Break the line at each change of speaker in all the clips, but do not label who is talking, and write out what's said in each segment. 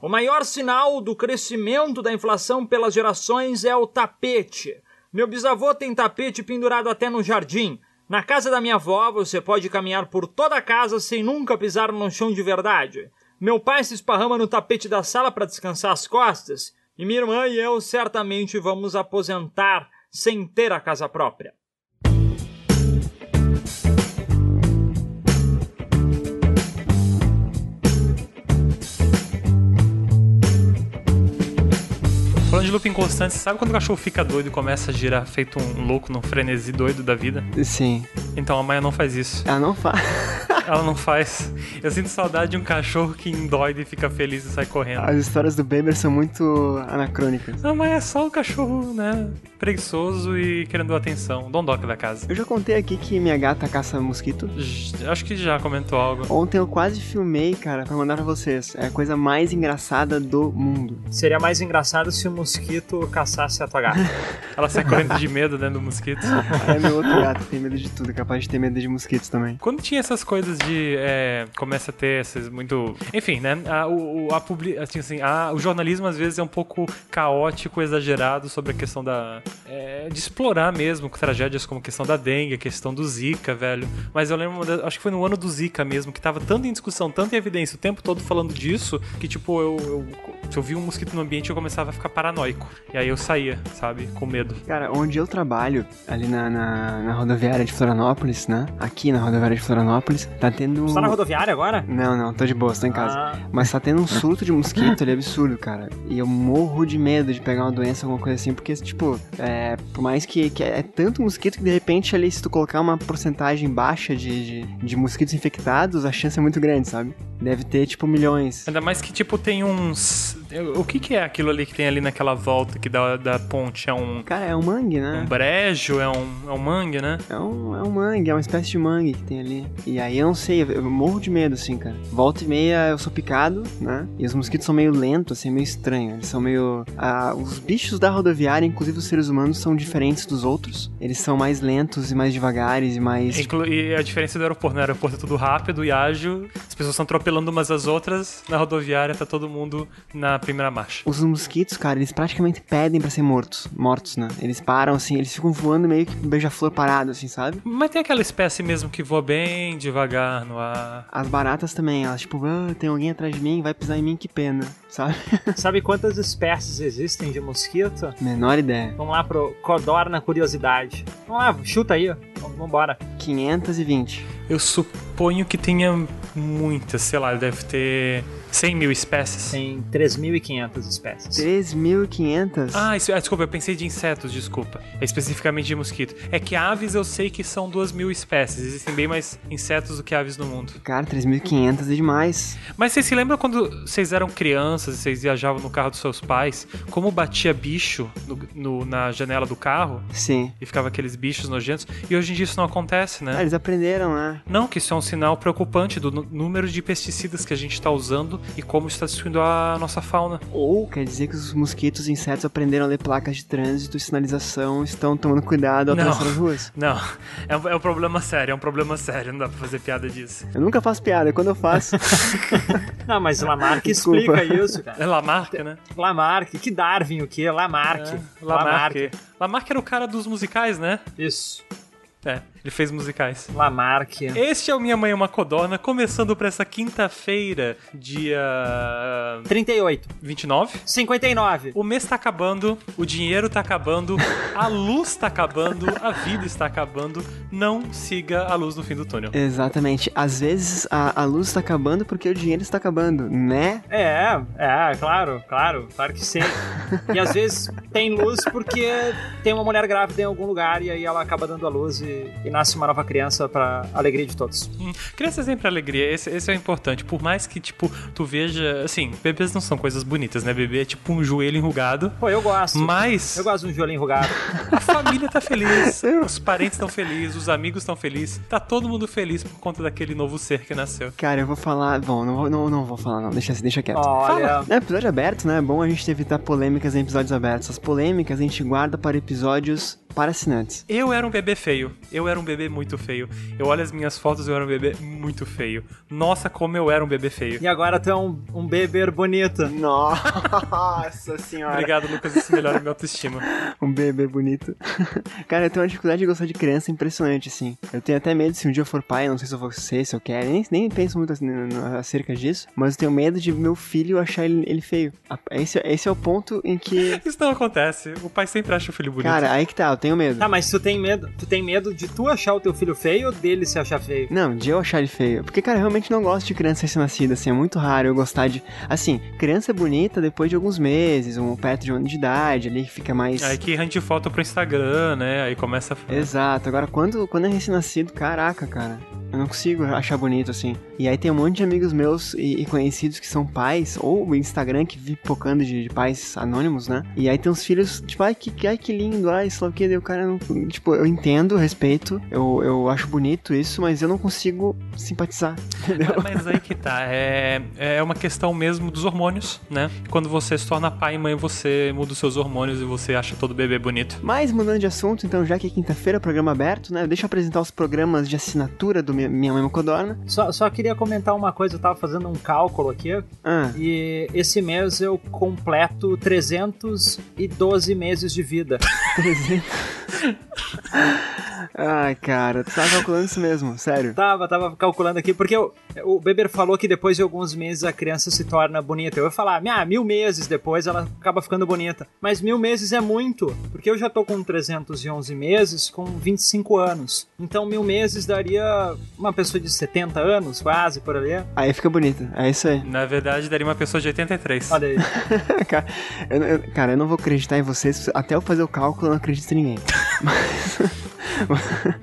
O maior sinal do crescimento da inflação pelas gerações é o tapete. Meu bisavô tem tapete pendurado até no jardim. Na casa da minha avó, você pode caminhar por toda a casa sem nunca pisar no chão de verdade. Meu pai se esparrama no tapete da sala para descansar as costas, e minha irmã e eu certamente vamos aposentar sem ter a casa própria.
Falando de looping constante, você sabe quando o cachorro fica doido e começa a girar feito um louco num frenesi doido da vida?
Sim.
Então a Maia não faz isso.
Ah, não faz.
Ela não faz. Eu sinto saudade de um cachorro que endoida e fica feliz e sai correndo.
As histórias do Bemer são muito anacrônicas.
Não, mas é só o cachorro, né? Preguiçoso e querendo atenção. Dondoca da casa.
Eu já contei aqui que minha gata caça mosquito.
J- Acho que já comentou algo.
Ontem eu quase filmei, cara, pra mandar pra vocês. É a coisa mais engraçada do mundo.
Seria mais engraçado se o mosquito caçasse a tua gata.
Ela sai correndo de medo dentro do mosquito.
É meu outro gato, tem medo de tudo, é capaz de ter medo de mosquitos também.
Quando tinha essas coisas de. é, começa a ter esses muito. Enfim, né? A, o, o- a publi... assim, assim, a- o jornalismo às vezes é um pouco caótico, exagerado sobre a questão da. é, de explorar mesmo tragédias como a questão da dengue, a questão do Zika, velho. Mas eu lembro, uma das- acho que foi no ano do Zika mesmo, que tava tanto em discussão, tanto em evidência o tempo todo falando disso, que tipo, eu. eu- se eu via um mosquito no ambiente, eu começava a ficar paranoico. E aí eu saía, sabe? Com medo.
Cara, onde eu trabalho, ali na, na, na rodoviária de Florianópolis, né? Aqui na rodoviária de Florianópolis, tá tendo.
Você tá na rodoviária agora?
Não, não, tô de boa, tô em casa.
Ah,
Mas tá tendo um surto de mosquito ali absurdo, cara. E eu morro de medo de pegar uma doença, alguma coisa assim, porque, tipo, é, por mais que, que é tanto mosquito que de repente ali, se tu colocar uma porcentagem baixa de, de, de mosquitos infectados, a chance é muito grande, sabe? Deve ter, tipo, milhões.
Ainda mais que, tipo, tem uns. O que, que é aquilo ali que tem ali naquela volta que dá da ponte? É um.
Cara, é um mangue,
Um
né?
brejo? É um, é um mangue, né?
É um, é um mangue, é uma espécie de mangue que tem ali. E aí eu não sei, eu morro de medo, assim, cara. Volta e meia eu sou picado, né? E os mosquitos são meio lentos, assim, meio estranhos. Eles são meio. ah, os bichos da rodoviária, inclusive os seres humanos, são diferentes dos outros. Eles são mais lentos e mais devagares e mais.
Inclu- e a diferença do aeroporto, né? O aeroporto é tudo rápido e ágil, as pessoas estão atropelando umas às outras, na rodoviária tá todo mundo na primeira marcha.
Os mosquitos, cara, eles praticamente pedem pra ser mortos. Mortos, né? Eles param, assim, eles ficam voando meio que beija-flor parado, assim, sabe?
Mas tem aquela espécie mesmo que voa bem devagar no ar.
As baratas também, elas, tipo, "Ah, tem alguém atrás de mim, vai pisar em mim, que pena, sabe?
sabe quantas espécies existem de mosquito?
Menor ideia.
Vamos lá pro Codor na curiosidade. Vamos lá, chuta aí. Vamos- Vambora.
520.
Eu suponho que tenha muitas, sei lá, deve ter 100 mil espécies.
Tem 3.500 espécies.
3.500?
Ah, isso, ah, desculpa, eu pensei de insetos, desculpa. É especificamente de mosquito. É que aves eu sei que são duas mil espécies. Existem bem mais insetos do que aves no mundo.
Cara, 3.500 é demais.
Mas vocês se lembram quando vocês eram crianças e vocês viajavam no carro dos seus pais? Como batia bicho no- no- na janela do carro
Sim.
e ficava aqueles bichos nojentos? E hoje em dia isso não acontece,
Ah,
né?
eles aprenderam, né?
Não, que isso é um sinal preocupante do nu- número de pesticidas que a gente está usando e como está destruindo a nossa fauna.
Ou quer dizer que os mosquitos e insetos aprenderam a ler placas de trânsito e sinalização, estão tomando cuidado ao
Não.
atravessar as ruas.
Não, é um, é um problema sério, é um problema sério, não dá pra fazer piada disso.
Eu nunca faço piada, quando eu faço.
Não, mas Lamarck
Desculpa.
explica isso, cara.
É Lamarck, né?
Lamarck, que Darwin, o quê? Lamarck.
Lamarck. Lamarck era o cara dos musicais, né?
Isso.
É, ele fez musicais.
Lamarck.
Este é o Minha Mãe é uma Codorna, começando pra essa quinta-feira, ah, dia
38.
29.
59.
O mês tá acabando, o dinheiro tá acabando, a luz tá acabando, a vida está acabando. Não siga a luz no fim do túnel.
Exatamente. Às vezes a, a luz está acabando porque o dinheiro está acabando, né?
É, é, claro, claro, claro que sim. E às vezes tem luz porque tem uma mulher grávida em algum lugar e aí ela acaba dando a luz e, e nasce uma nova criança pra alegria de todos.
Hum, Criança é sempre alegria, esse, esse é o importante. Por mais que, tipo, tu veja. Assim, bebês não são coisas bonitas, né? Bebê é tipo um joelho enrugado.
Pô, eu gosto.
Mas.
Eu gosto de um joelho enrugado.
A família tá feliz, os parentes estão felizes, os amigos estão felizes, tá todo mundo feliz por conta daquele novo ser que nasceu.
Cara, eu vou falar. Bom, não vou, não, não vou falar, não. Deixa, deixa quieto.
Olha.
É episódio aberto, né? É bom a gente evitar polêmicas em episódios abertos. As polêmicas a gente guarda para episódios para assinantes.
Eu era um bebê feio. Eu era um bebê muito feio. Eu olho as minhas fotos, eu era um bebê muito feio. Nossa, como eu era um bebê feio.
E agora tu é um, um beber bonito.
Nossa senhora.
Obrigado, Lucas. Isso melhora a minha autoestima.
Um bebê bonito. Cara, eu tenho uma dificuldade de gostar de criança impressionante, assim. Eu tenho até medo se um dia eu for pai, não sei se eu vou ser, se eu quero. Nem, nem penso muito assim, no- no- acerca disso. Mas eu tenho medo de meu filho achar ele, ele feio. A- Esse, esse é o ponto em que.
Isso não acontece. O pai sempre acha o filho bonito.
Cara, aí que tá, eu tenho medo.
Tá, mas tu tem medo? Tu tem medo de tu achar o teu filho feio ou dele se achar feio?
Não, de eu achar ele feio. Porque, cara, eu realmente não gosto de criança recém-nascida, assim, é muito raro eu gostar de. Assim, criança bonita depois de alguns meses, um perto de um ano de idade, ali que fica mais.
Aí que rende foto pro Instagram, né? Aí começa a...
Exato, agora quando, quando é recém-nascido, caraca, cara. Eu não consigo achar bonito assim. E aí tem um monte de amigos meus e, e conhecidos que são pais, ou o Instagram que vive pocando de, de pais anônimos, né? E aí tem uns filhos, tipo, ai que, que- ai, que lindo, ai, sei lá o que, daí o cara não. Tipo, eu entendo, respeito, eu, eu acho bonito isso, mas eu não consigo simpatizar.
Mas- Mas aí que tá. É, é uma questão mesmo dos hormônios, né? Quando você se torna pai e mãe, você muda os seus hormônios e você acha todo bebê bonito.
Mas mudando de assunto, então, já que é quinta-feira, programa aberto, né? Deixa eu apresentar os programas de assinatura do Minha, minha Mãe Mocodorna.
Só, só queria comentar uma coisa, eu tava fazendo um cálculo aqui.
Ah,
E esse mês eu completo 312 meses de vida.
300. Ai, cara, tu tava calculando isso mesmo, sério.
Tava, tava calculando aqui, porque eu- o Beber falou que depois de alguns meses a criança se torna bonita. Eu ia falar, ah, mil meses depois ela acaba ficando bonita. Mas mil meses é muito, porque eu já tô com 311 meses, com 25 anos. Então mil meses daria uma pessoa de 70 anos, quase, por ali.
Aí fica bonito, é isso aí.
Na verdade, daria uma pessoa de 83.
Olha aí.
Cara, eu, eu- cara, eu não vou acreditar em vocês, até eu fazer o cálculo eu não acredito em ninguém. Mas,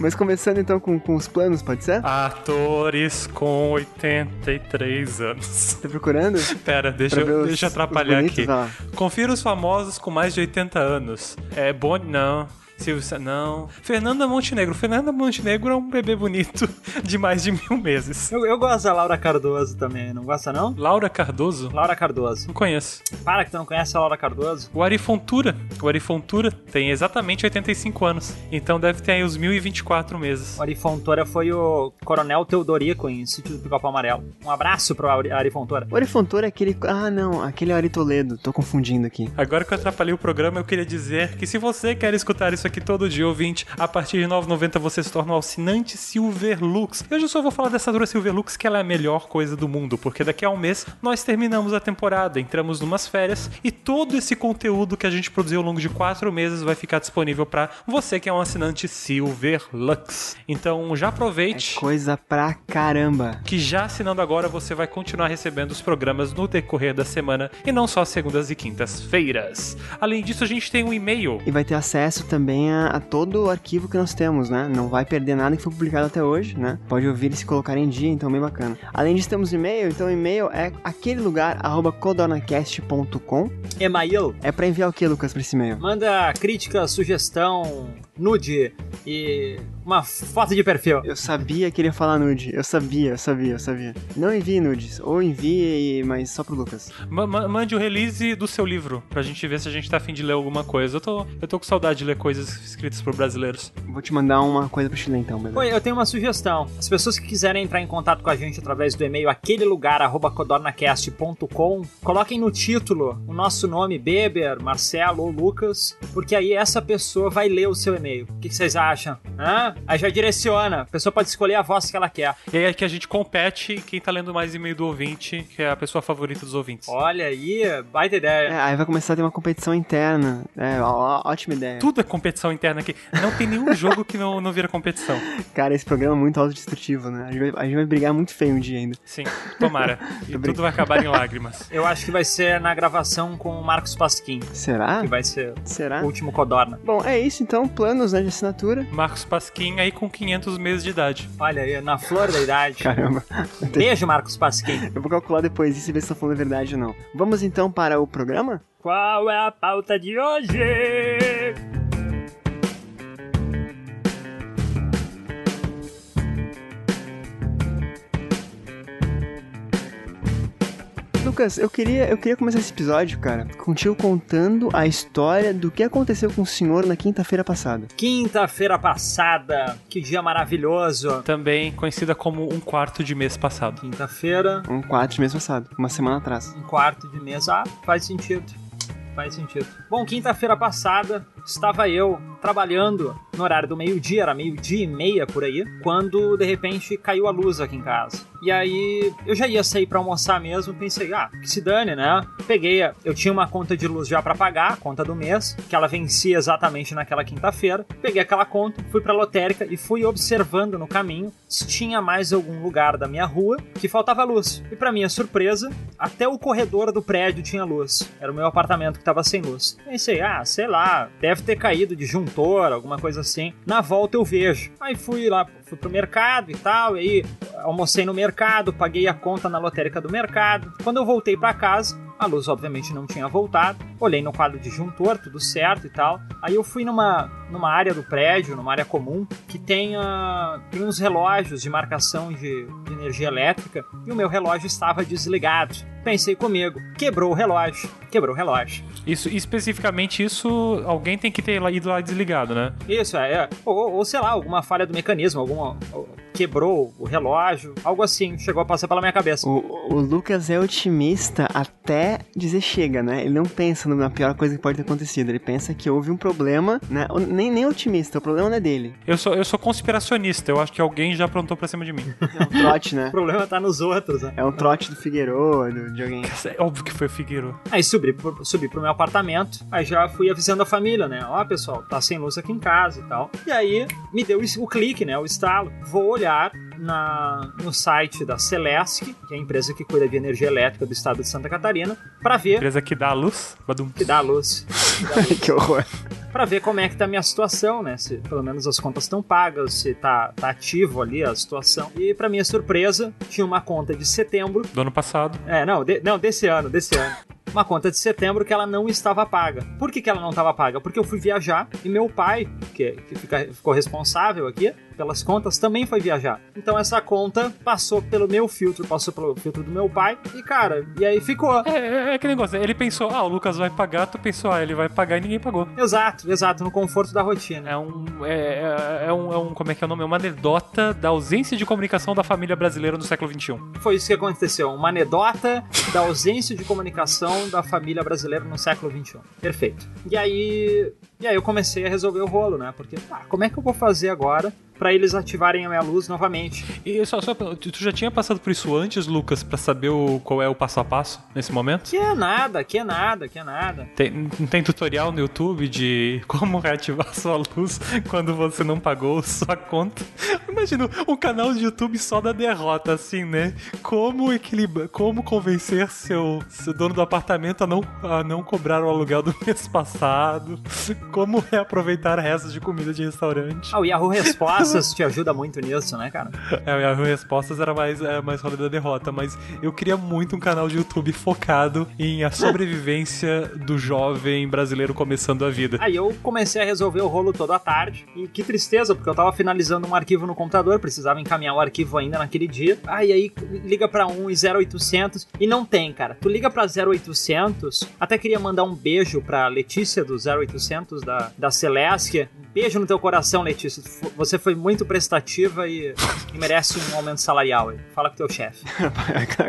mas começando então com, com os planos, pode ser?
Atores com 83 anos.
Tá procurando?
Pera, deixa,
Pra ver
eu-
os-
deixa eu
os
atrapalhar
bonitos, ah.
aqui.
ó.
Confira os famosos com mais de 80 anos. É bom. Não. Silvio Sa- não. Fernanda Montenegro. Fernanda Montenegro é um bebê bonito de mais de mil meses.
Eu, eu gosto da Laura Cardoso também, não gosta não?
Laura Cardoso?
Laura Cardoso.
Não conheço.
Para que tu não conhece a Laura Cardoso.
O Ari Fontura. O Ari Fontura tem exatamente 85 anos. Então deve ter aí uns 1024 meses.
O Ari Fontoura foi o Coronel Teodorico em Sítio do Picapau Amarelo. Um abraço pro Ari Ari Fontoura.
O Orifontor é aquele. Ah, não, aquele é o Ari Toledo, tô confundindo aqui.
Agora que eu atrapalhei o programa, eu queria dizer que se você quer escutar isso aqui todo dia, ouvinte, a partir de 9,90 você se torna um assinante Silverlux. Eu já só vou falar dessa dura Silverlux que ela é a melhor coisa do mundo, porque daqui a um mês nós terminamos a temporada, entramos numas férias e todo esse conteúdo que a gente produziu ao longo de quatro meses vai ficar disponível para você que é um assinante Silverlux. Então já aproveite.
Coisa pra caramba.
que já assinando agora você vai continuar recebendo os programas no decorrer da semana e não só segundas e quintas-feiras. Além disso, a gente tem um e-mail.
E vai ter acesso também a, a todo o arquivo que nós temos, né? Não vai perder nada que foi publicado até hoje, né? Pode ouvir e se colocar em dia, então bem bacana. Além disso, temos e-mail, então o e-mail é aquele lugar, arroba codornacast.com.
Email,
É pra enviar o que, Lucas, pra esse e-mail?
manda crítica, sugestão, nude e uma foto de perfil.
Eu sabia que ele ia falar nude. Eu sabia, eu sabia, eu sabia. Não envie nudes. Ou envie, mas só pro Lucas.
Ma- ma- mande o release do seu livro pra gente ver se a gente tá afim de ler alguma coisa. Eu tô, eu tô com saudade de ler coisas escritas por brasileiros.
Vou te mandar uma coisa pra Chile então, beleza?
Oi, eu tenho uma sugestão. As pessoas que quiserem entrar em contato com a gente através do e-mail aquele lugar arroba codornacast.com, coloquem no título o nosso nome, Beber, Marcelo ou Lucas, porque aí essa pessoa vai ler o seu e-mail. O que que vocês acham? Hã? Aí já direciona. A pessoa pode escolher a voz que ela quer.
E aí é que a gente compete quem tá lendo mais e-mail do ouvinte, que é a pessoa favorita dos ouvintes.
Olha aí, baita ideia.
É, aí vai começar a ter uma competição interna. É, ó- ó- ótima ideia.
Tudo é competição interna aqui. Não tem nenhum jogo que não, não vira competição.
Cara, esse programa é muito autodestrutivo, né? A gente vai, a gente vai brigar muito feio um dia ainda.
Sim, tomara. E tudo vai acabar em lágrimas.
Eu acho que vai ser na gravação com o Marcos Pasquim,
Será?
que vai ser
Será?
o último Codorna.
Bom, é isso então, planos né, de assinatura.
Marcos Pasquim aí com 500 meses de idade.
Olha aí, na flor da idade.
Caramba,
Beijo, Marcos Pasquim.
eu vou calcular depois isso e ver se estão falando a verdade ou não. Vamos então para o programa?
Qual é a pauta de hoje?
Lucas, eu queria, eu queria começar esse episódio, cara, contigo contando a história do que aconteceu com o senhor na quinta-feira passada.
Quinta-feira passada, que dia maravilhoso.
Também conhecida como um quarto de mês passado.
Quinta-feira,
Um 4 de mês passado, uma semana atrás.
um quarto de mês. Ah, faz sentido. Faz sentido. Bom, quinta-feira passada estava eu trabalhando no horário do meio-dia, era meio-dia e meia por aí, quando de repente caiu a luz aqui em casa. E aí eu já ia sair pra almoçar mesmo, pensei, ah, que se dane, né? Peguei, a- eu tinha uma conta de luz já pra pagar, a conta do mês, que ela vencia exatamente naquela quinta-feira. Peguei aquela conta, fui pra lotérica e fui observando no caminho se tinha mais algum lugar da minha rua que faltava luz. E pra minha surpresa, até o corredor do prédio tinha luz. Era o meu apartamento que tava sem luz. Pensei, ah, sei lá, deve ter caído de juntor, alguma coisa assim. Na volta eu vejo. Aí fui lá, fui pro mercado e tal, e aí almocei no mercado, paguei a conta na lotérica do mercado. Quando eu voltei pra casa, a luz obviamente não tinha voltado. Olhei no quadro disjuntor, tudo certo e tal. Aí eu fui numa, numa área do prédio, numa área comum, que tem, ah, tem uns relógios de marcação de, de energia elétrica e o meu relógio estava desligado. Pensei comigo, quebrou o relógio, quebrou o relógio.
Isso, especificamente isso, alguém tem que ter lá- ido lá desligado, né?
Isso, é. Ou, ou sei lá, alguma falha do mecanismo, alguma. ou- quebrou o relógio, algo assim, chegou a passar pela minha cabeça.
O, o Lucas é otimista até dizer chega, né? Ele não pensa na pior coisa que pode ter acontecido. Ele pensa que houve um problema, né? O- Nem, nem otimista, o problema não é dele.
Eu sou, eu sou conspiracionista, eu acho que alguém já aprontou pra cima de mim.
É um trote,
O
né?
problema tá nos outros, né?
É um trote do Figueiredo, de alguém.
É óbvio que foi o Figueiro.
Aí subi, pro- subi pro meu apartamento, aí já fui avisando a família, né? Ó, pessoal, tá sem luz aqui em casa e tal. E aí me deu isso- o clique, né? O estalo. Vou olhar na, no site da Celesc, que é a empresa que cuida de energia elétrica do estado de Santa Catarina, pra ver
Empresa que dá a luz, badum.
que dá a luz.
que horror.
Pra ver como é que tá a minha situação, né? Se pelo menos as contas estão pagas, se tá, tá ativo ali a situação. E pra minha surpresa, tinha uma conta de setembro.
Do ano passado.
É, não, de- não desse ano, desse ano. Uma conta de setembro que ela não estava paga. Por que, que ela não estava paga? Porque eu fui viajar e meu pai, que, que fica- ficou responsável aqui pelas contas, também foi viajar. Então essa conta passou pelo meu filtro, passou pelo filtro do meu pai e, cara, e aí ficou.
É, é, é aquele negócio, né? ele pensou, ah, o Lucas vai pagar, tu pensou, ah, ele vai pagar e ninguém pagou.
Exato, exato, no conforto da rotina.
É um. É, é- é um, é um. Como é que é o nome? É uma anedota da ausência de comunicação da família brasileira no século um. XXI.
Foi isso que aconteceu. Uma anedota da ausência de comunicação da família brasileira no século XXI. Perfeito. E aí. E aí eu comecei a resolver o rolo, né? Porque, tá, como é que eu vou fazer agora pra eles ativarem a minha luz novamente?
E só, só, tu tu já tinha passado por isso antes, Lucas, pra saber o, qual é o passo a passo nesse momento?
Que é nada, que é nada, que é nada.
Tem, não tem tutorial no YouTube de como reativar sua luz quando você não pagou sua conta? Imagina um canal de YouTube só da derrota, assim, né? Como equilibrar, como convencer seu, seu dono do apartamento a não, a não cobrar o aluguel do mês passado? Como reaproveitar restos de comida de restaurante?
Ah, o Yahoo Respostas te ajuda muito nisso, né, cara?
É, a respostas era mais, era mais rolê da derrota, mas eu queria muito um canal de YouTube focado em a sobrevivência do jovem brasileiro começando a vida.
Aí eu comecei a resolver o rolo toda a tarde. E que tristeza, porque eu tava finalizando um arquivo no computador, precisava encaminhar o arquivo ainda naquele dia. Aí aí liga pra um e 0800 e não tem, cara. Tu liga pra 0800, até queria mandar um beijo pra Letícia do 0800 da, da Celesc. Um Beijo no teu coração, Letícia. Tu fo- Você foi muito prestativa e, e merece um aumento salarial. aí. Fala com teu chefe.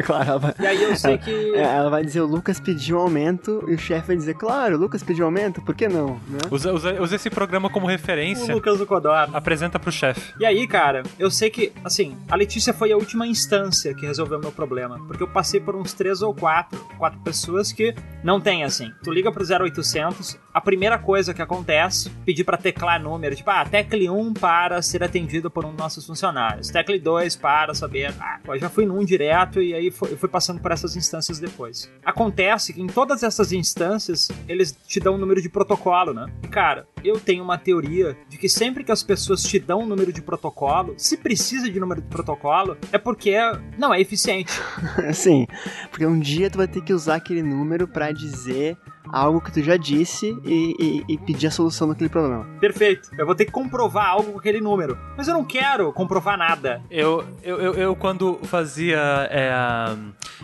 claro, ela vai.
E aí eu sei que.
é, Ela vai dizer o Lucas pediu aumento e o chefe vai dizer, claro, o Lucas pediu aumento, por que não? né?
Usa, usa- usa esse programa como
O
referência.
Lucas do Codoro.
Apresenta pro chefe.
E aí, cara, eu sei que, assim, a Letícia foi a última instância que resolveu meu problema. Porque eu passei por uns três ou quatro, quatro pessoas que não tem, assim. Tu liga pro 0800, a primeira coisa que acontece, pedir pra teclar número. Tipo, ah, tecle 1 para ser atendido por um dos nossos funcionários. Tecle 2 para saber. Ah, eu já fui num direto e aí fo- eu fui passando por essas instâncias depois. Acontece que em todas essas instâncias, eles te dão um número de protocolo, né? E, cara, eu tenho uma teoria de que sempre que as pessoas te dão um número de protocolo, se precisa de número de protocolo, é porque não é eficiente.
Assim, porque um dia tu vai ter que usar aquele número pra dizer algo que tu já disse e, e- e pedir a solução daquele problema.
Perfeito. Eu vou ter que comprovar algo com aquele número. Mas eu não quero comprovar nada.
Eu, eu, eu, eu, quando fazia. é,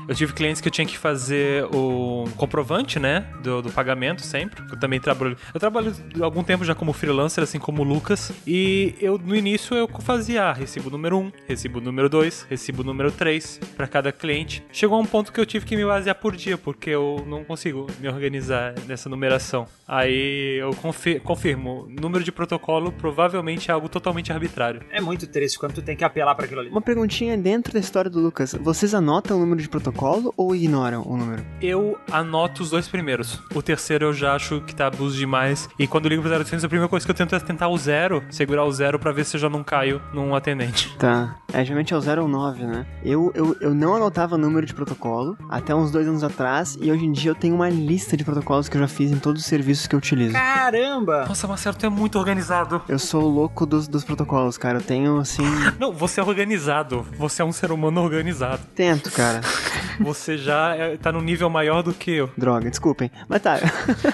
eu tive clientes que eu tinha que fazer o comprovante, né? Do, do pagamento sempre. Eu também trabalho. Eu trabalho há algum tempo já como freelancer, assim como o Lucas. E eu, no início, eu fazia ah, recibo número 1, recibo número 2, recibo número 3 para cada cliente. Chegou a um ponto que eu tive que me basear por dia, porque eu não consigo me organizar nessa numeração. Aí eu confi- confirmo: número de protocolo provavelmente é algo totalmente arbitrário.
É muito triste quando tu tem que apelar pra aquilo ali.
Uma perguntinha dentro da história do Lucas: vocês anotam o número de protocolo ou ignoram o número?
Eu anoto os dois primeiros. O terceiro eu já acho que tá abuso demais. E quando eu ligo pro 0800, a primeira coisa que eu tento é tentar o zero, segurar o zero pra ver se eu já não caio num atendente.
Tá. É, geralmente é o 0 ou 9, né? Eu, eu, eu não anotava número de protocolo até uns dois anos atrás e hoje em dia eu tenho uma lista de protocolos que eu já fiz em todos os serviços que eu utilizo.
Caramba!
Nossa, Marcelo, tu é muito organizado.
Eu sou o louco dos, dos protocolos, cara. Eu tenho, assim.
Não, você é organizado. Você é um ser humano organizado.
Tento, cara.
Você já é, tá num nível maior do que eu.
Droga, desculpem. Mas tá.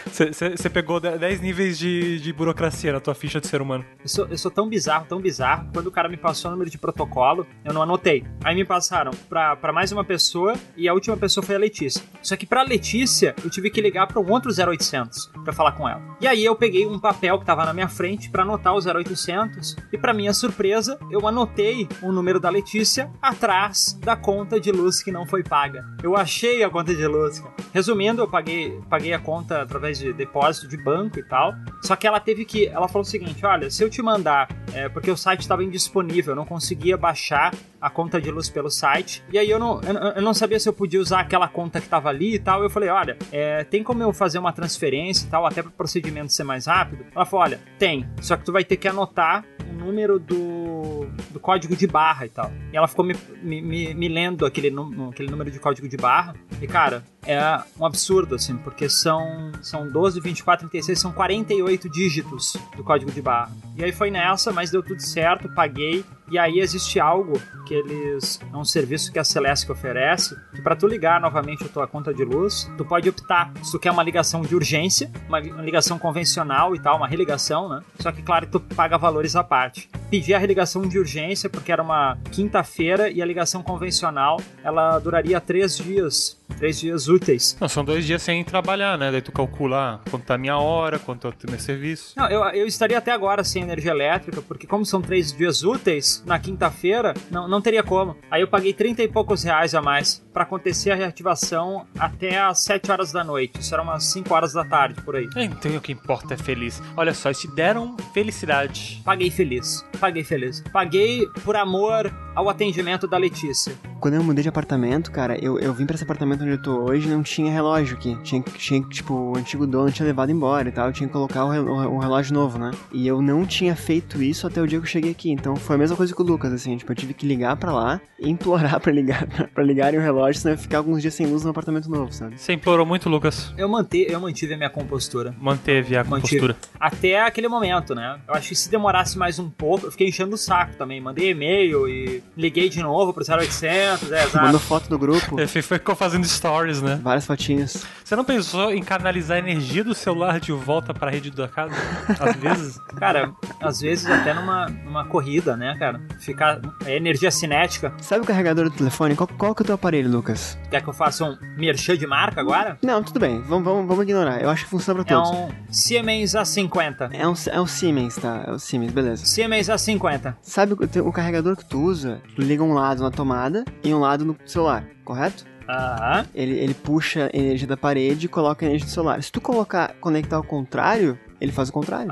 Você pegou 10 níveis de, de burocracia na tua ficha de ser humano.
Eu sou, eu sou tão bizarro, tão bizarro. Quando o cara me passou o número de protocolo, eu não anotei. Aí me passaram pra, pra mais uma pessoa e a última pessoa foi a Letícia. Só que pra Letícia, eu tive que ligar pra um outro 0800 pra falar com ela. E aí eu peguei um papel que tava na minha frente pra anotar o 0800 e pra minha surpresa, eu anotei o número da Letícia atrás da conta de luz que não foi paga. Eu achei a conta de luz. cara. Resumindo, eu paguei, paguei a conta através de depósito de banco e tal. Só que ela teve que. Ela falou o seguinte: olha, se eu te mandar, é, porque o site estava indisponível, eu não conseguia baixar a conta de luz pelo site. E aí eu não, eu, eu não sabia se eu podia usar aquela conta que estava ali e tal. Eu falei: olha, é, tem como eu fazer uma transferência e tal, até para o procedimento ser mais rápido? Ela falou: olha, tem, só que tu vai ter que anotar o número do, do código de barra e tal. E ela ficou me, me, me- me lendo aquele, nú- aquele número de código de barra. E, cara, é um absurdo, assim, porque são, são 12, 24, 36, são 48 dígitos do código de barra. E aí foi nessa, mas deu tudo certo, paguei. E aí existe algo que eles. É um serviço que a Celeste oferece, que para tu ligar novamente a tua conta de luz, tu pode optar se tu quer uma ligação de urgência, uma li- uma ligação convencional e tal, uma religação, né? Só que, claro, tu paga valores à parte. Pedi a religação de urgência porque era uma quinta-feira e a ligação convencional ela duraria três dias, três dias úteis.
Não, são dois dias sem trabalhar, né? Daí tu calcula ah, quanto tá a minha hora, quanto tá o meu serviço.
Não, eu, eu estaria até agora sem energia elétrica, porque como são três dias úteis, na quinta-feira, não, não teria como. Aí eu paguei 30 e poucos reais a mais pra acontecer a reativação até às 7 horas da noite. Isso era umas 5 horas da tarde, por aí.
Então o que importa é feliz. Olha só, eles te deram felicidade.
Paguei feliz, paguei feliz. Paguei por amor ao atendimento da Letícia.
Quando eu mudei de apartamento, cara, eu, eu vim pra esse apartamento onde eu tô hoje não tinha relógio aqui. Tinha, que- tinha que, tipo, o antigo dono tinha levado embora e tal. Eu tinha que colocar o re- o re- um relógio novo, né? E eu não tinha feito isso até o dia que eu cheguei aqui. Então foi a mesma coisa que o Lucas, assim. Tipo, eu tive que ligar pra lá e implorar pra, ligar, pra ligarem o relógio, senão eu ia ficar alguns dias sem luz no apartamento novo, sabe?
Você implorou muito, Lucas.
Eu, mante, eu mantive a minha compostura.
Manteve a
Mantive.
compostura.
Até aquele momento, né? Eu acho que se demorasse mais um pouco, eu fiquei enchendo o saco também. Mandei e-mail e liguei de novo pro 0800, é, exato.
Mandou foto do grupo,
É, Foi, foi ficou fazendo stories, né?
várias fotinhas.
Você não pensou em canalizar a energia do celular de volta pra rede da casa? Às vezes?
Cara, às vezes até numa, numa corrida, né, cara? Ficar. É energia cinética.
Sabe o carregador do telefone? Qual, qual que é o teu aparelho, Lucas?
Quer que eu faça um merchan de marca agora?
Não, tudo bem. Vamos, vamos, vamos ignorar. Eu acho que funciona pra
É
todos.
um Siemens A50.
É um, é um Siemens, tá? É um Siemens, beleza.
Siemens A50.
Sabe o, tem um carregador que tu usa? Tu liga um lado na tomada e um lado no celular, correto?
Aham.
Ele, ele puxa a energia da parede e coloca a energia do celular. Se tu colocar, conectar ao contrário, ele faz o contrário.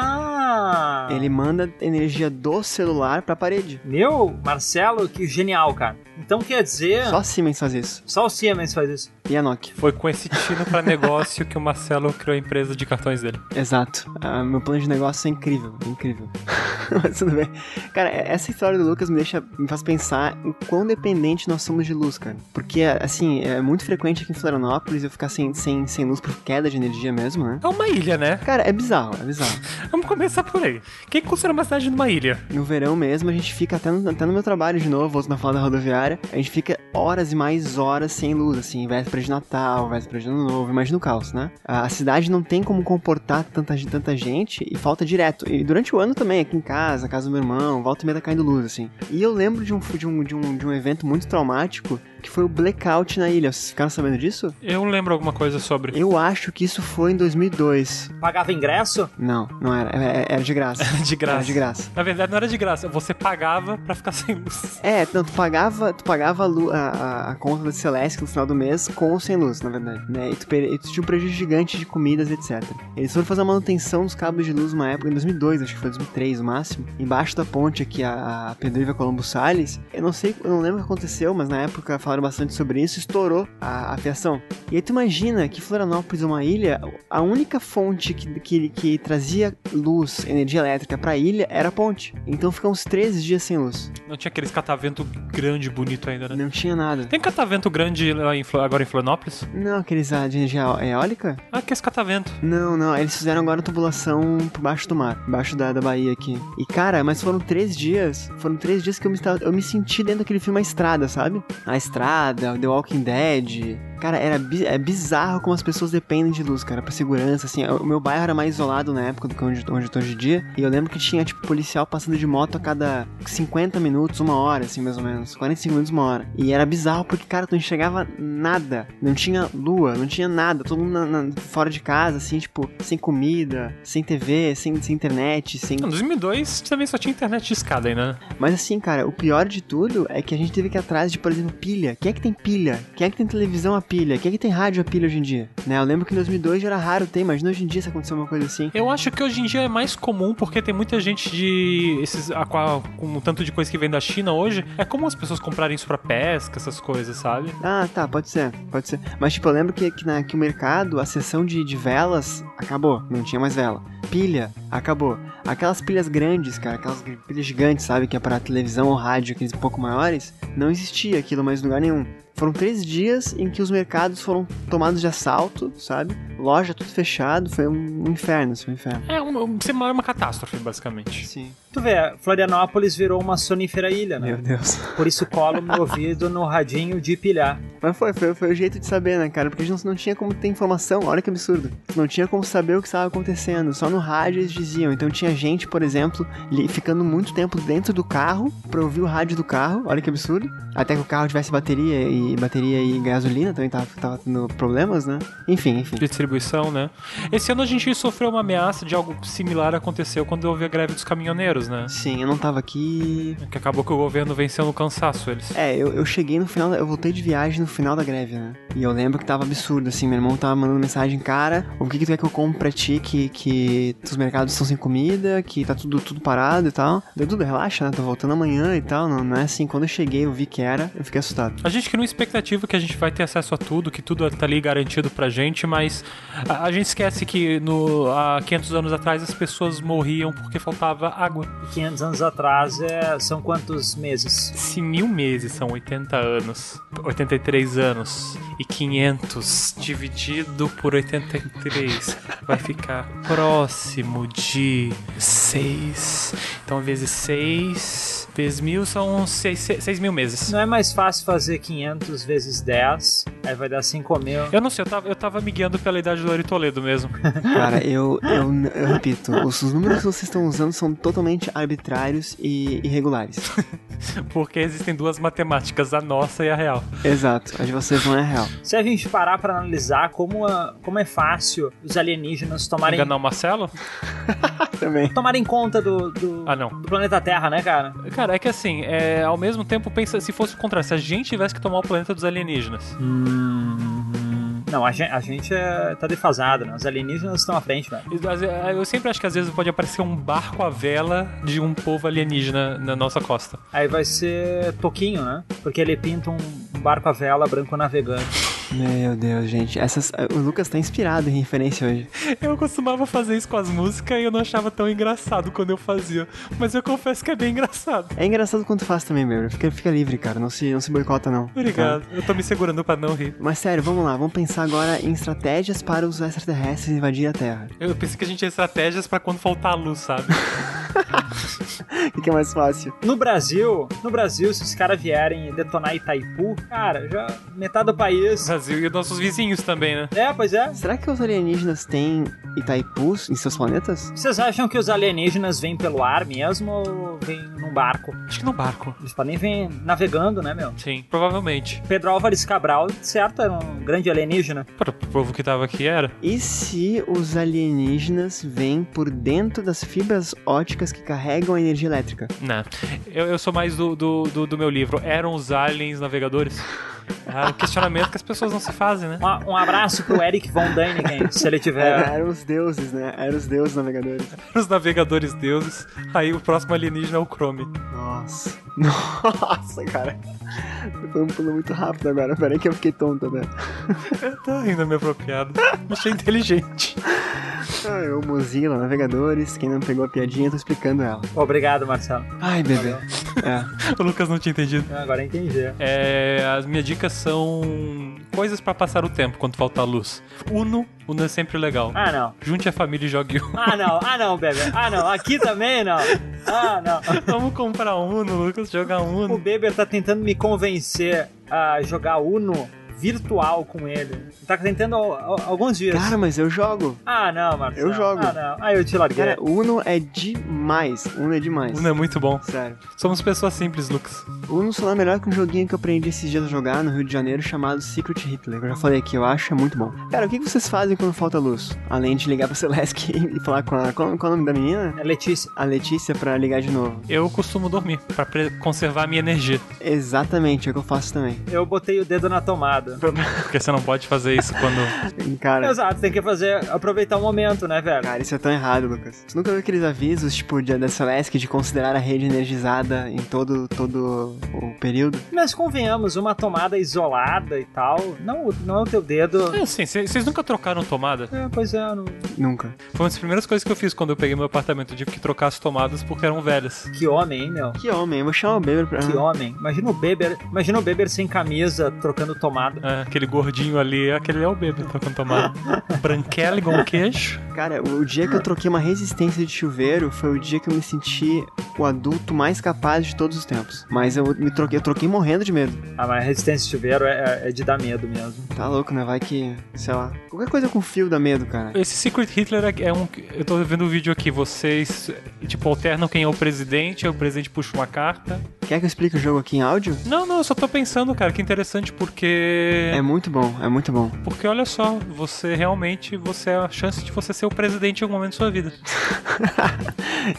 Ah!
Ele manda energia do celular pra parede.
Meu, Marcelo, que genial, cara. Então quer dizer.
Só a Siemens faz isso.
Só o Siemens faz isso.
E a Nokia.
Foi com esse tino pra negócio que o Marcelo criou a empresa de cartões dele.
Exato. Ah, meu plano de negócio é incrível, é incrível. Mas tudo bem. Cara, essa história do Lucas me deixa, me faz pensar o quão dependente nós somos de luz, cara. Porque, assim, é muito frequente aqui em Florianópolis eu ficar sem, sem, sem luz por queda de energia mesmo, né?
É uma ilha, né?
Cara, é bizarro, é bizarro.
Vamos começar por aí. Quem considera uma cidade numa ilha?
No verão mesmo, a gente fica até no, até no meu trabalho de novo, voltando a falar da rodoviária, a gente fica horas e mais horas sem luz, assim, véspera véspera de Natal, véspera de Ano Novo, imagina o caos, né? A a cidade não tem como comportar tanta, tanta gente e falta direto. E durante o ano também, aqui em casa, na casa do meu irmão, volta e meia tá caindo luz, assim. E eu lembro de um, de um, de um, de um evento muito traumático que foi o blackout na ilha. Vocês ficaram sabendo disso?
Eu lembro alguma coisa sobre.
Eu acho que isso foi em 2002.
Pagava ingresso?
Não, não era. É- é- Era de graça.
De
Era
graça.
de graça.
Na verdade, não era de graça. Você pagava pra ficar sem luz.
É, não, tu pagava, tu pagava a, lu- a- a- a conta da Celeste no final do mês com ou sem luz, na verdade, né? E tu, per- e tu tinha um prejuízo gigante de comidas, etc. Eles foram fazer a manutenção dos cabos de luz numa época, em 2002, acho que foi 2003 o máximo, embaixo da ponte aqui, a, a Pedriva Colombo Salles. Eu não sei, eu não lembro o que aconteceu, mas na época falaram bastante sobre isso, estourou a, a fiação. E aí tu imagina que Florianópolis é uma ilha, a única fonte que, que, que trazia luz, energia elétrica pra ilha era a ponte. Então ficam uns 13 dias sem luz.
Não tinha aqueles catavento grande bonito ainda, né?
Não tinha nada.
Tem catavento grande lá em Flo- agora em Florianópolis?
Não, aqueles ah, de energia eólica?
Ah, que esse catavento.
Não, não, eles fizeram agora tubulação por baixo do mar, baixo da, da Bahia aqui. E cara, mas foram três dias, foram três dias que eu me, esta- eu me senti dentro daquele filme A Estrada, sabe? A Estrada, The Walking Dead. Cara, era bi- é bizarro como as pessoas dependem de luz, cara, pra segurança, assim. O meu bairro era mais isolado na época do que onde, onde eu tô hoje em dia. E eu lembro que tinha, tipo, policial passando de moto a cada 50 minutos, uma hora, assim, mais ou menos. 45 minutos, uma hora. E era bizarro porque, cara, tu não enxergava nada. Não tinha lua, não tinha nada. Todo mundo na- na- fora de casa, assim, tipo, sem comida, sem TV, sem, sem internet, sem.
Não, Em 2002 também só tinha internet de escada ainda, né?
Mas assim, cara, o pior de tudo é que a gente teve que ir atrás de, por exemplo, pilha. Quem é que tem pilha? Quem é que tem televisão a pilha? Quem é que tem rádio a pilha hoje em dia? Né? Eu lembro que em 2002 já era raro ter, imagina hoje em dia se acontecer uma coisa assim.
Eu acho que hoje em dia é mais comum porque tem muita gente de. Esses, a- com a- com o tanto de coisa que vem da China hoje. É comum as pessoas comprarem isso pra pesca, essas coisas, sabe?
Ah, tá, pode ser, pode ser. Mas, tipo, eu lembro que, que, na, que o mercado, a seção de, de velas, acabou, não tinha mais vela. Pilha, acabou. Aquelas pilhas grandes, cara, aquelas gr- pilhas gigantes, sabe, que é pra televisão ou rádio, aqueles um pouco maiores, não existia aquilo mais em lugar nenhum. Foram três dias em que os mercados foram tomados de assalto, sabe? Loja tudo fechado, foi um inferno, assim, um inferno.
É uma, uma, uma catástrofe, basicamente.
Sim,
Tu vê, Florianópolis virou uma sonífera ilha, né?
meu Deus.
Por isso colo no ouvido no radinho de pilhar.
Mas foi, foi, foi o jeito de saber, né, cara? Porque a gente não, não tinha como ter informação, olha que absurdo. Não tinha como saber o que estava acontecendo, só no rádio eles diziam. Então tinha gente, por exemplo, li- ficando muito tempo dentro do carro pra ouvir o rádio do carro, olha que absurdo. Até que o carro tivesse bateria e bateria e gasolina também tava, tava tendo problemas, né? Enfim, enfim.
Distribuição, né? Esse ano a gente sofreu uma ameaça de algo similar aconteceu quando houve a greve dos caminhoneiros, né?
Sim, eu não tava aqui.
Que acabou que o governo venceu no cansaço eles.
É, eu, eu cheguei no final, eu voltei de viagem no final da greve, né? E eu lembro que tava absurdo, assim, meu irmão tava mandando mensagem, cara, o que que tu quer que eu compre pra ti, que, que os mercados estão sem comida, que tá tudo, tudo parado e tal. Deu tudo, relaxa, né? Tô voltando amanhã e tal, não, não é assim. Quando eu cheguei, eu vi que era, eu fiquei assustado.
A gente cria uma expectativa que a gente vai ter acesso a tudo, que tudo tá ali garantido pra gente, mas a, a gente esquece que no, há 500 anos atrás as pessoas morriam porque faltava água.
E 500 anos atrás é- são quantos meses?
Se mil meses são 80 anos, 83 anos e 500 dividido por 83 vai ficar próximo de 6. Então, vezes 6, vezes mil são 6 mil meses.
Não é mais fácil fazer 500 vezes 10, aí vai dar 5 mil.
Eu não sei, eu tava, eu tava me guiando pela idade do Lori Toledo mesmo.
Cara, eu, eu, n- eu repito, os, os números que vocês estão usando são totalmente arbitrários e irregulares.
Porque existem duas matemáticas, a nossa e a real.
Exato, a de vocês não é real.
Se a gente parar pra analisar como, a- como é fácil os alienígenas tomarem,
Enganar o Marcelo?
Também.
tomarem conta do, do,
Ah, não.
do planeta Terra, né, cara?
Cara, é que assim, é, ao mesmo tempo, pensa se fosse o contrário, se a gente tivesse que tomar o planeta dos alienígenas.
Não, a gente, a gente é- tá defasado, né? Os alienígenas estão à frente, velho.
E, às ve- ah, Eu sempre acho que às vezes pode aparecer um barco à vela de um povo alienígena na nossa costa.
Aí vai ser Toquinho, né? Porque ele pinta um barco à vela branco navegando.
Meu Deus, gente. Essas, o Lucas tá inspirado em referência hoje.
Eu costumava fazer isso com as músicas e eu não achava tão engraçado quando eu fazia. Mas eu confesso que é bem engraçado.
É engraçado quanto faz também, meu. Fica, fica livre, cara. Não se, não se boicota, não.
Obrigado. Eu tô me segurando pra não rir.
Tá? Mas sério, vamos lá. Vamos pensar agora em estratégias para os extraterrestres invadir a Terra.
Eu pensei que a gente tinha estratégias pra quando faltar a luz, sabe?
O que é mais fácil?
No Brasil, no Brasil, se os caras vierem detonar Itaipu, cara, já metade do país.
Brasil e os nossos vizinhos também, né?
É, pois é.
Será que os alienígenas têm Itaipus em seus planetas?
Vocês acham que os alienígenas vêm pelo ar mesmo ou vêm num barco?
Acho que no barco.
Eles podem vir navegando, né, meu?
Sim, provavelmente.
Pedro Álvares Cabral, certo, era um grande alienígena.
Para o povo que tava aqui era.
E se os alienígenas vêm por dentro das fibras óticas que carregam a energia elétrica?
Não. Eu, eu sou mais do, do, do, do meu livro. Eram os aliens navegadores? É um questionamento que as pessoas não se fazem, né?
Um, um abraço pro Eric von Däniken, se ele tiver.
Era- Eram os deuses, né? Eram os deuses navegadores.
Os navegadores deuses. Aí o próximo alienígena é o Chrome.
Nossa. Nossa, cara. Foi um pulo muito rápido agora. Peraí que eu fiquei tonta, né?
Tá ainda me apropriado. Me Achei inteligente.
Ah, eu, Mozilla, navegadores. Quem não pegou a piadinha, eu tô explicando ela.
Obrigado, Marcelo.
Ai, bebê. É.
O Lucas não tinha entendido.
Eu agora entendi.
É, as minhas dicas são coisas pra passar o tempo quando faltar luz. Uno, Uno é sempre legal.
Ah, não.
Junte a família e jogue Uno.
Ah, não. Ah, não, bebê. Ah, não. Aqui também não. Ah, não.
Vamos comprar Uno, Lucas, jogar
O
Uno.
Beber tá tentando me convencer a jogar Uno virtual com ele. Tá tentando al- al- alguns dias.
Cara, mas eu jogo.
Ah, não, Marcelo.
Eu jogo.
Ah, não. Ah, eu te larguei.
Cara, Uno é demais. Uno é demais.
Uno é muito bom.
Sério.
Somos pessoas simples, Lucas.
Uno só não é melhor que um joguinho que eu aprendi esses dias a jogar no Rio de Janeiro chamado Secret Hitler. Eu já falei aqui, eu acho, é muito bom. Cara, o que que vocês fazem quando falta luz? Além de ligar pra Celeste e falar com a. Qual, qual é o nome da menina?
É Letícia.
A Letícia pra ligar de novo.
Eu costumo dormir pra pre- conservar a minha energia.
Exatamente, é o que eu faço também.
Eu botei o dedo na tomada.
Porque você não pode fazer isso quando.
Cara,
Exato, tem que fazer, aproveitar o momento, né, velho?
Cara, isso é tão errado, Lucas. Tu nunca viu aqueles avisos, tipo, de, da Celesc de considerar a rede energizada em todo, todo o período?
Mas convenhamos, uma tomada isolada e tal, não, não é o teu dedo.
É assim, cê- vocês nunca trocaram tomada?
É, pois é, não-
Nunca.
Foi uma das primeiras coisas que eu fiz quando eu peguei meu apartamento. Eu tive que trocar as tomadas porque eram velhas.
que homem, hein, meu?
Que homem, eu vou chamar o Beber pra...
Que homem. Imagina o Beber, imagina o Beber sem camisa, trocando tomada.
É, aquele gordinho ali, aquele é o bebê trocando tomada. Branquela igual um queijo.
Cara, o dia
Ah.
que eu troquei uma resistência de chuveiro foi o dia que eu me senti o adulto mais capaz de todos os tempos. Mas eu me troquei, eu troquei morrendo de medo.
Ah, mas resistência de chuveiro é, é- é de dar medo mesmo.
Tá louco, né? Vai que, sei lá. Qualquer coisa com fio dá medo, cara.
Esse Secret Hitler é- é um. Eu tô vendo o vídeo aqui. Vocês, tipo, alternam quem é o presidente, aí o presidente puxa uma carta.
Quer que eu explique o jogo aqui em áudio?
Não, não, eu só tô pensando, cara, que interessante porque.
É muito bom, é muito bom.
Porque olha só, você realmente. Você é a chance de você ser o presidente em algum momento da sua vida.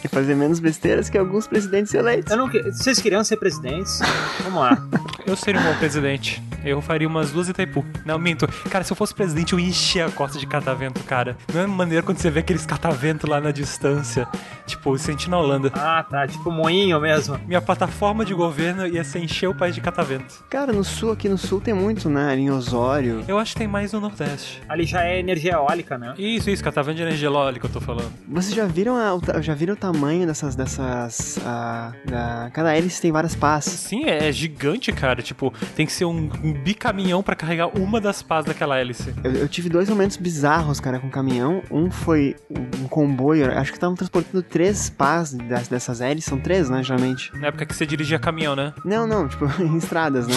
e fazer menos besteiras que alguns presidentes eleitos.
Eu não, que- vocês queriam ser presidentes? Vamos lá.
Eu seria um bom presidente. Eu faria umas duas Itaipu. Não, minto. Cara, se eu fosse presidente, eu ia encher a costa de catavento, cara. Não é maneiro quando você vê aqueles catavento lá na distância. Tipo, sentindo a Holanda.
Ah, tá, tipo moinho mesmo.
Minha plataforma de governo ia ser encher o país de catavento.
Cara, no sul, aqui no sul tem muito, né? Ali em Osório.
Eu acho que tem mais no Nordeste.
Ali já é energia eólica, né?
Isso, isso, catavento de energia eólica que eu tô falando.
Vocês já viram, a- o ta- já viram o tamanho dessas. dessas ah, da- cada hélice tem várias pás.
Sim, é, é gigante, cara. Tipo, tem que ser um, um bicaminhão pra carregar uma das pás daquela hélice.
Eu, eu tive dois momentos bizarros, cara, com caminhão. Um foi um comboio, acho que estavam transportando três pás das- dessas hélices, são três, né, geralmente.
Na época que você dirigia caminhão, né?
Não, não, tipo, em estradas, né?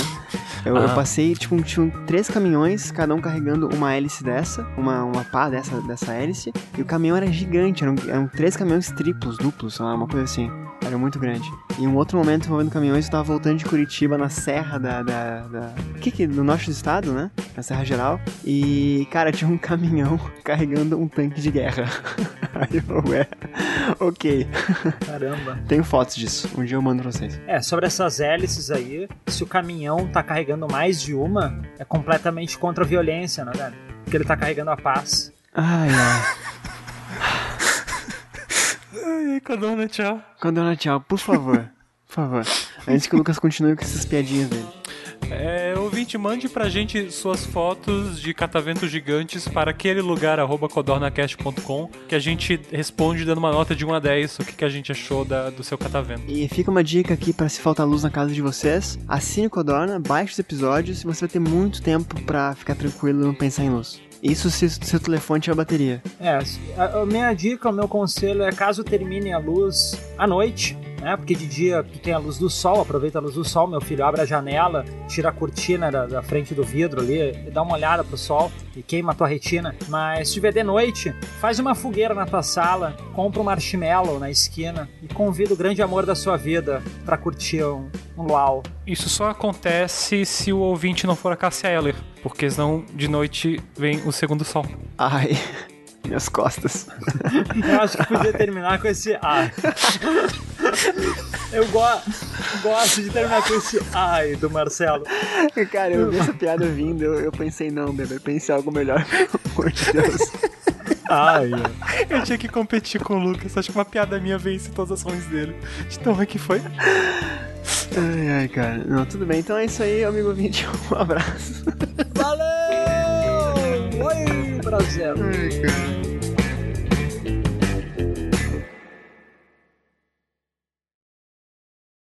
Eu, eu
Ah.
passei, tipo, um- tinham três caminhões, cada um carregando uma hélice dessa, uma, uma pá dessa, dessa hélice, e o caminhão era gigante, eram, eram três caminhões triplos, duplos, sei lá, uma coisa assim. Era muito grande. E um outro momento envolvendo caminhões, eu tava voltando de Curitiba na serra da. da, da- que que? Do norte do estado, né? Na Serra Geral. E, cara, tinha um caminhão carregando um tanque de guerra. Aí eu, ué. Ok.
Caramba.
Tenho fotos disso. Um dia eu mando pra vocês.
É, sobre essas hélices aí, se o caminhão tá carregando mais de uma, é completamente contra a violência, né, velho? Porque ele tá carregando a paz.
Ai, ai.
Ai, Codona, tchau.
Codona, tchau, por favor. Por favor. Antes que o Lucas continue com essas piadinhas dele.
É, ouvinte, mande pra gente suas fotos de cataventos gigantes para aquele lugar, arroba codornacast.com, que a gente responde dando uma nota de 1 a 10, o que, que a gente achou da- do seu catavento.
E fica uma dica aqui pra se faltar luz na casa de vocês. Assine o Codorna, baixe os episódios e você vai ter muito tempo pra ficar tranquilo e não pensar em luz. Isso se o seu telefone tiver bateria.
É, a, a minha dica, o meu conselho é caso termine a luz à noite, né? Porque de dia tu tem a luz do sol, aproveita a luz do sol, meu filho, abre a janela, tira a cortina da, da frente do vidro ali, dá uma olhada pro sol e queima a tua retina. Mas se tiver de noite, faz uma fogueira na tua sala, compra um marshmallow na esquina e convida o grande amor da sua vida pra curtir um, um luau.
Isso só acontece se o ouvinte não for a Cassia Eller, porque senão de noite vem o segundo sol.
Ai, minhas costas.
Eu acho que podia terminar com esse ai. Eu go gosto de terminar com esse ai do Marcelo.
Cara, eu vi essa piada vindo, eu, eu pensei, não, bebê, pense algo melhor, pelo amor de Deus.
Ai.
Eu tinha que competir com o Lucas, acho que uma piada minha vence todas as ações dele. Então, o que foi?
Ai, ai, cara. Não, tudo bem, então é isso aí, amigo ouvinte, um abraço.
Valeu! Oi, Marcelo.
Ai, cara.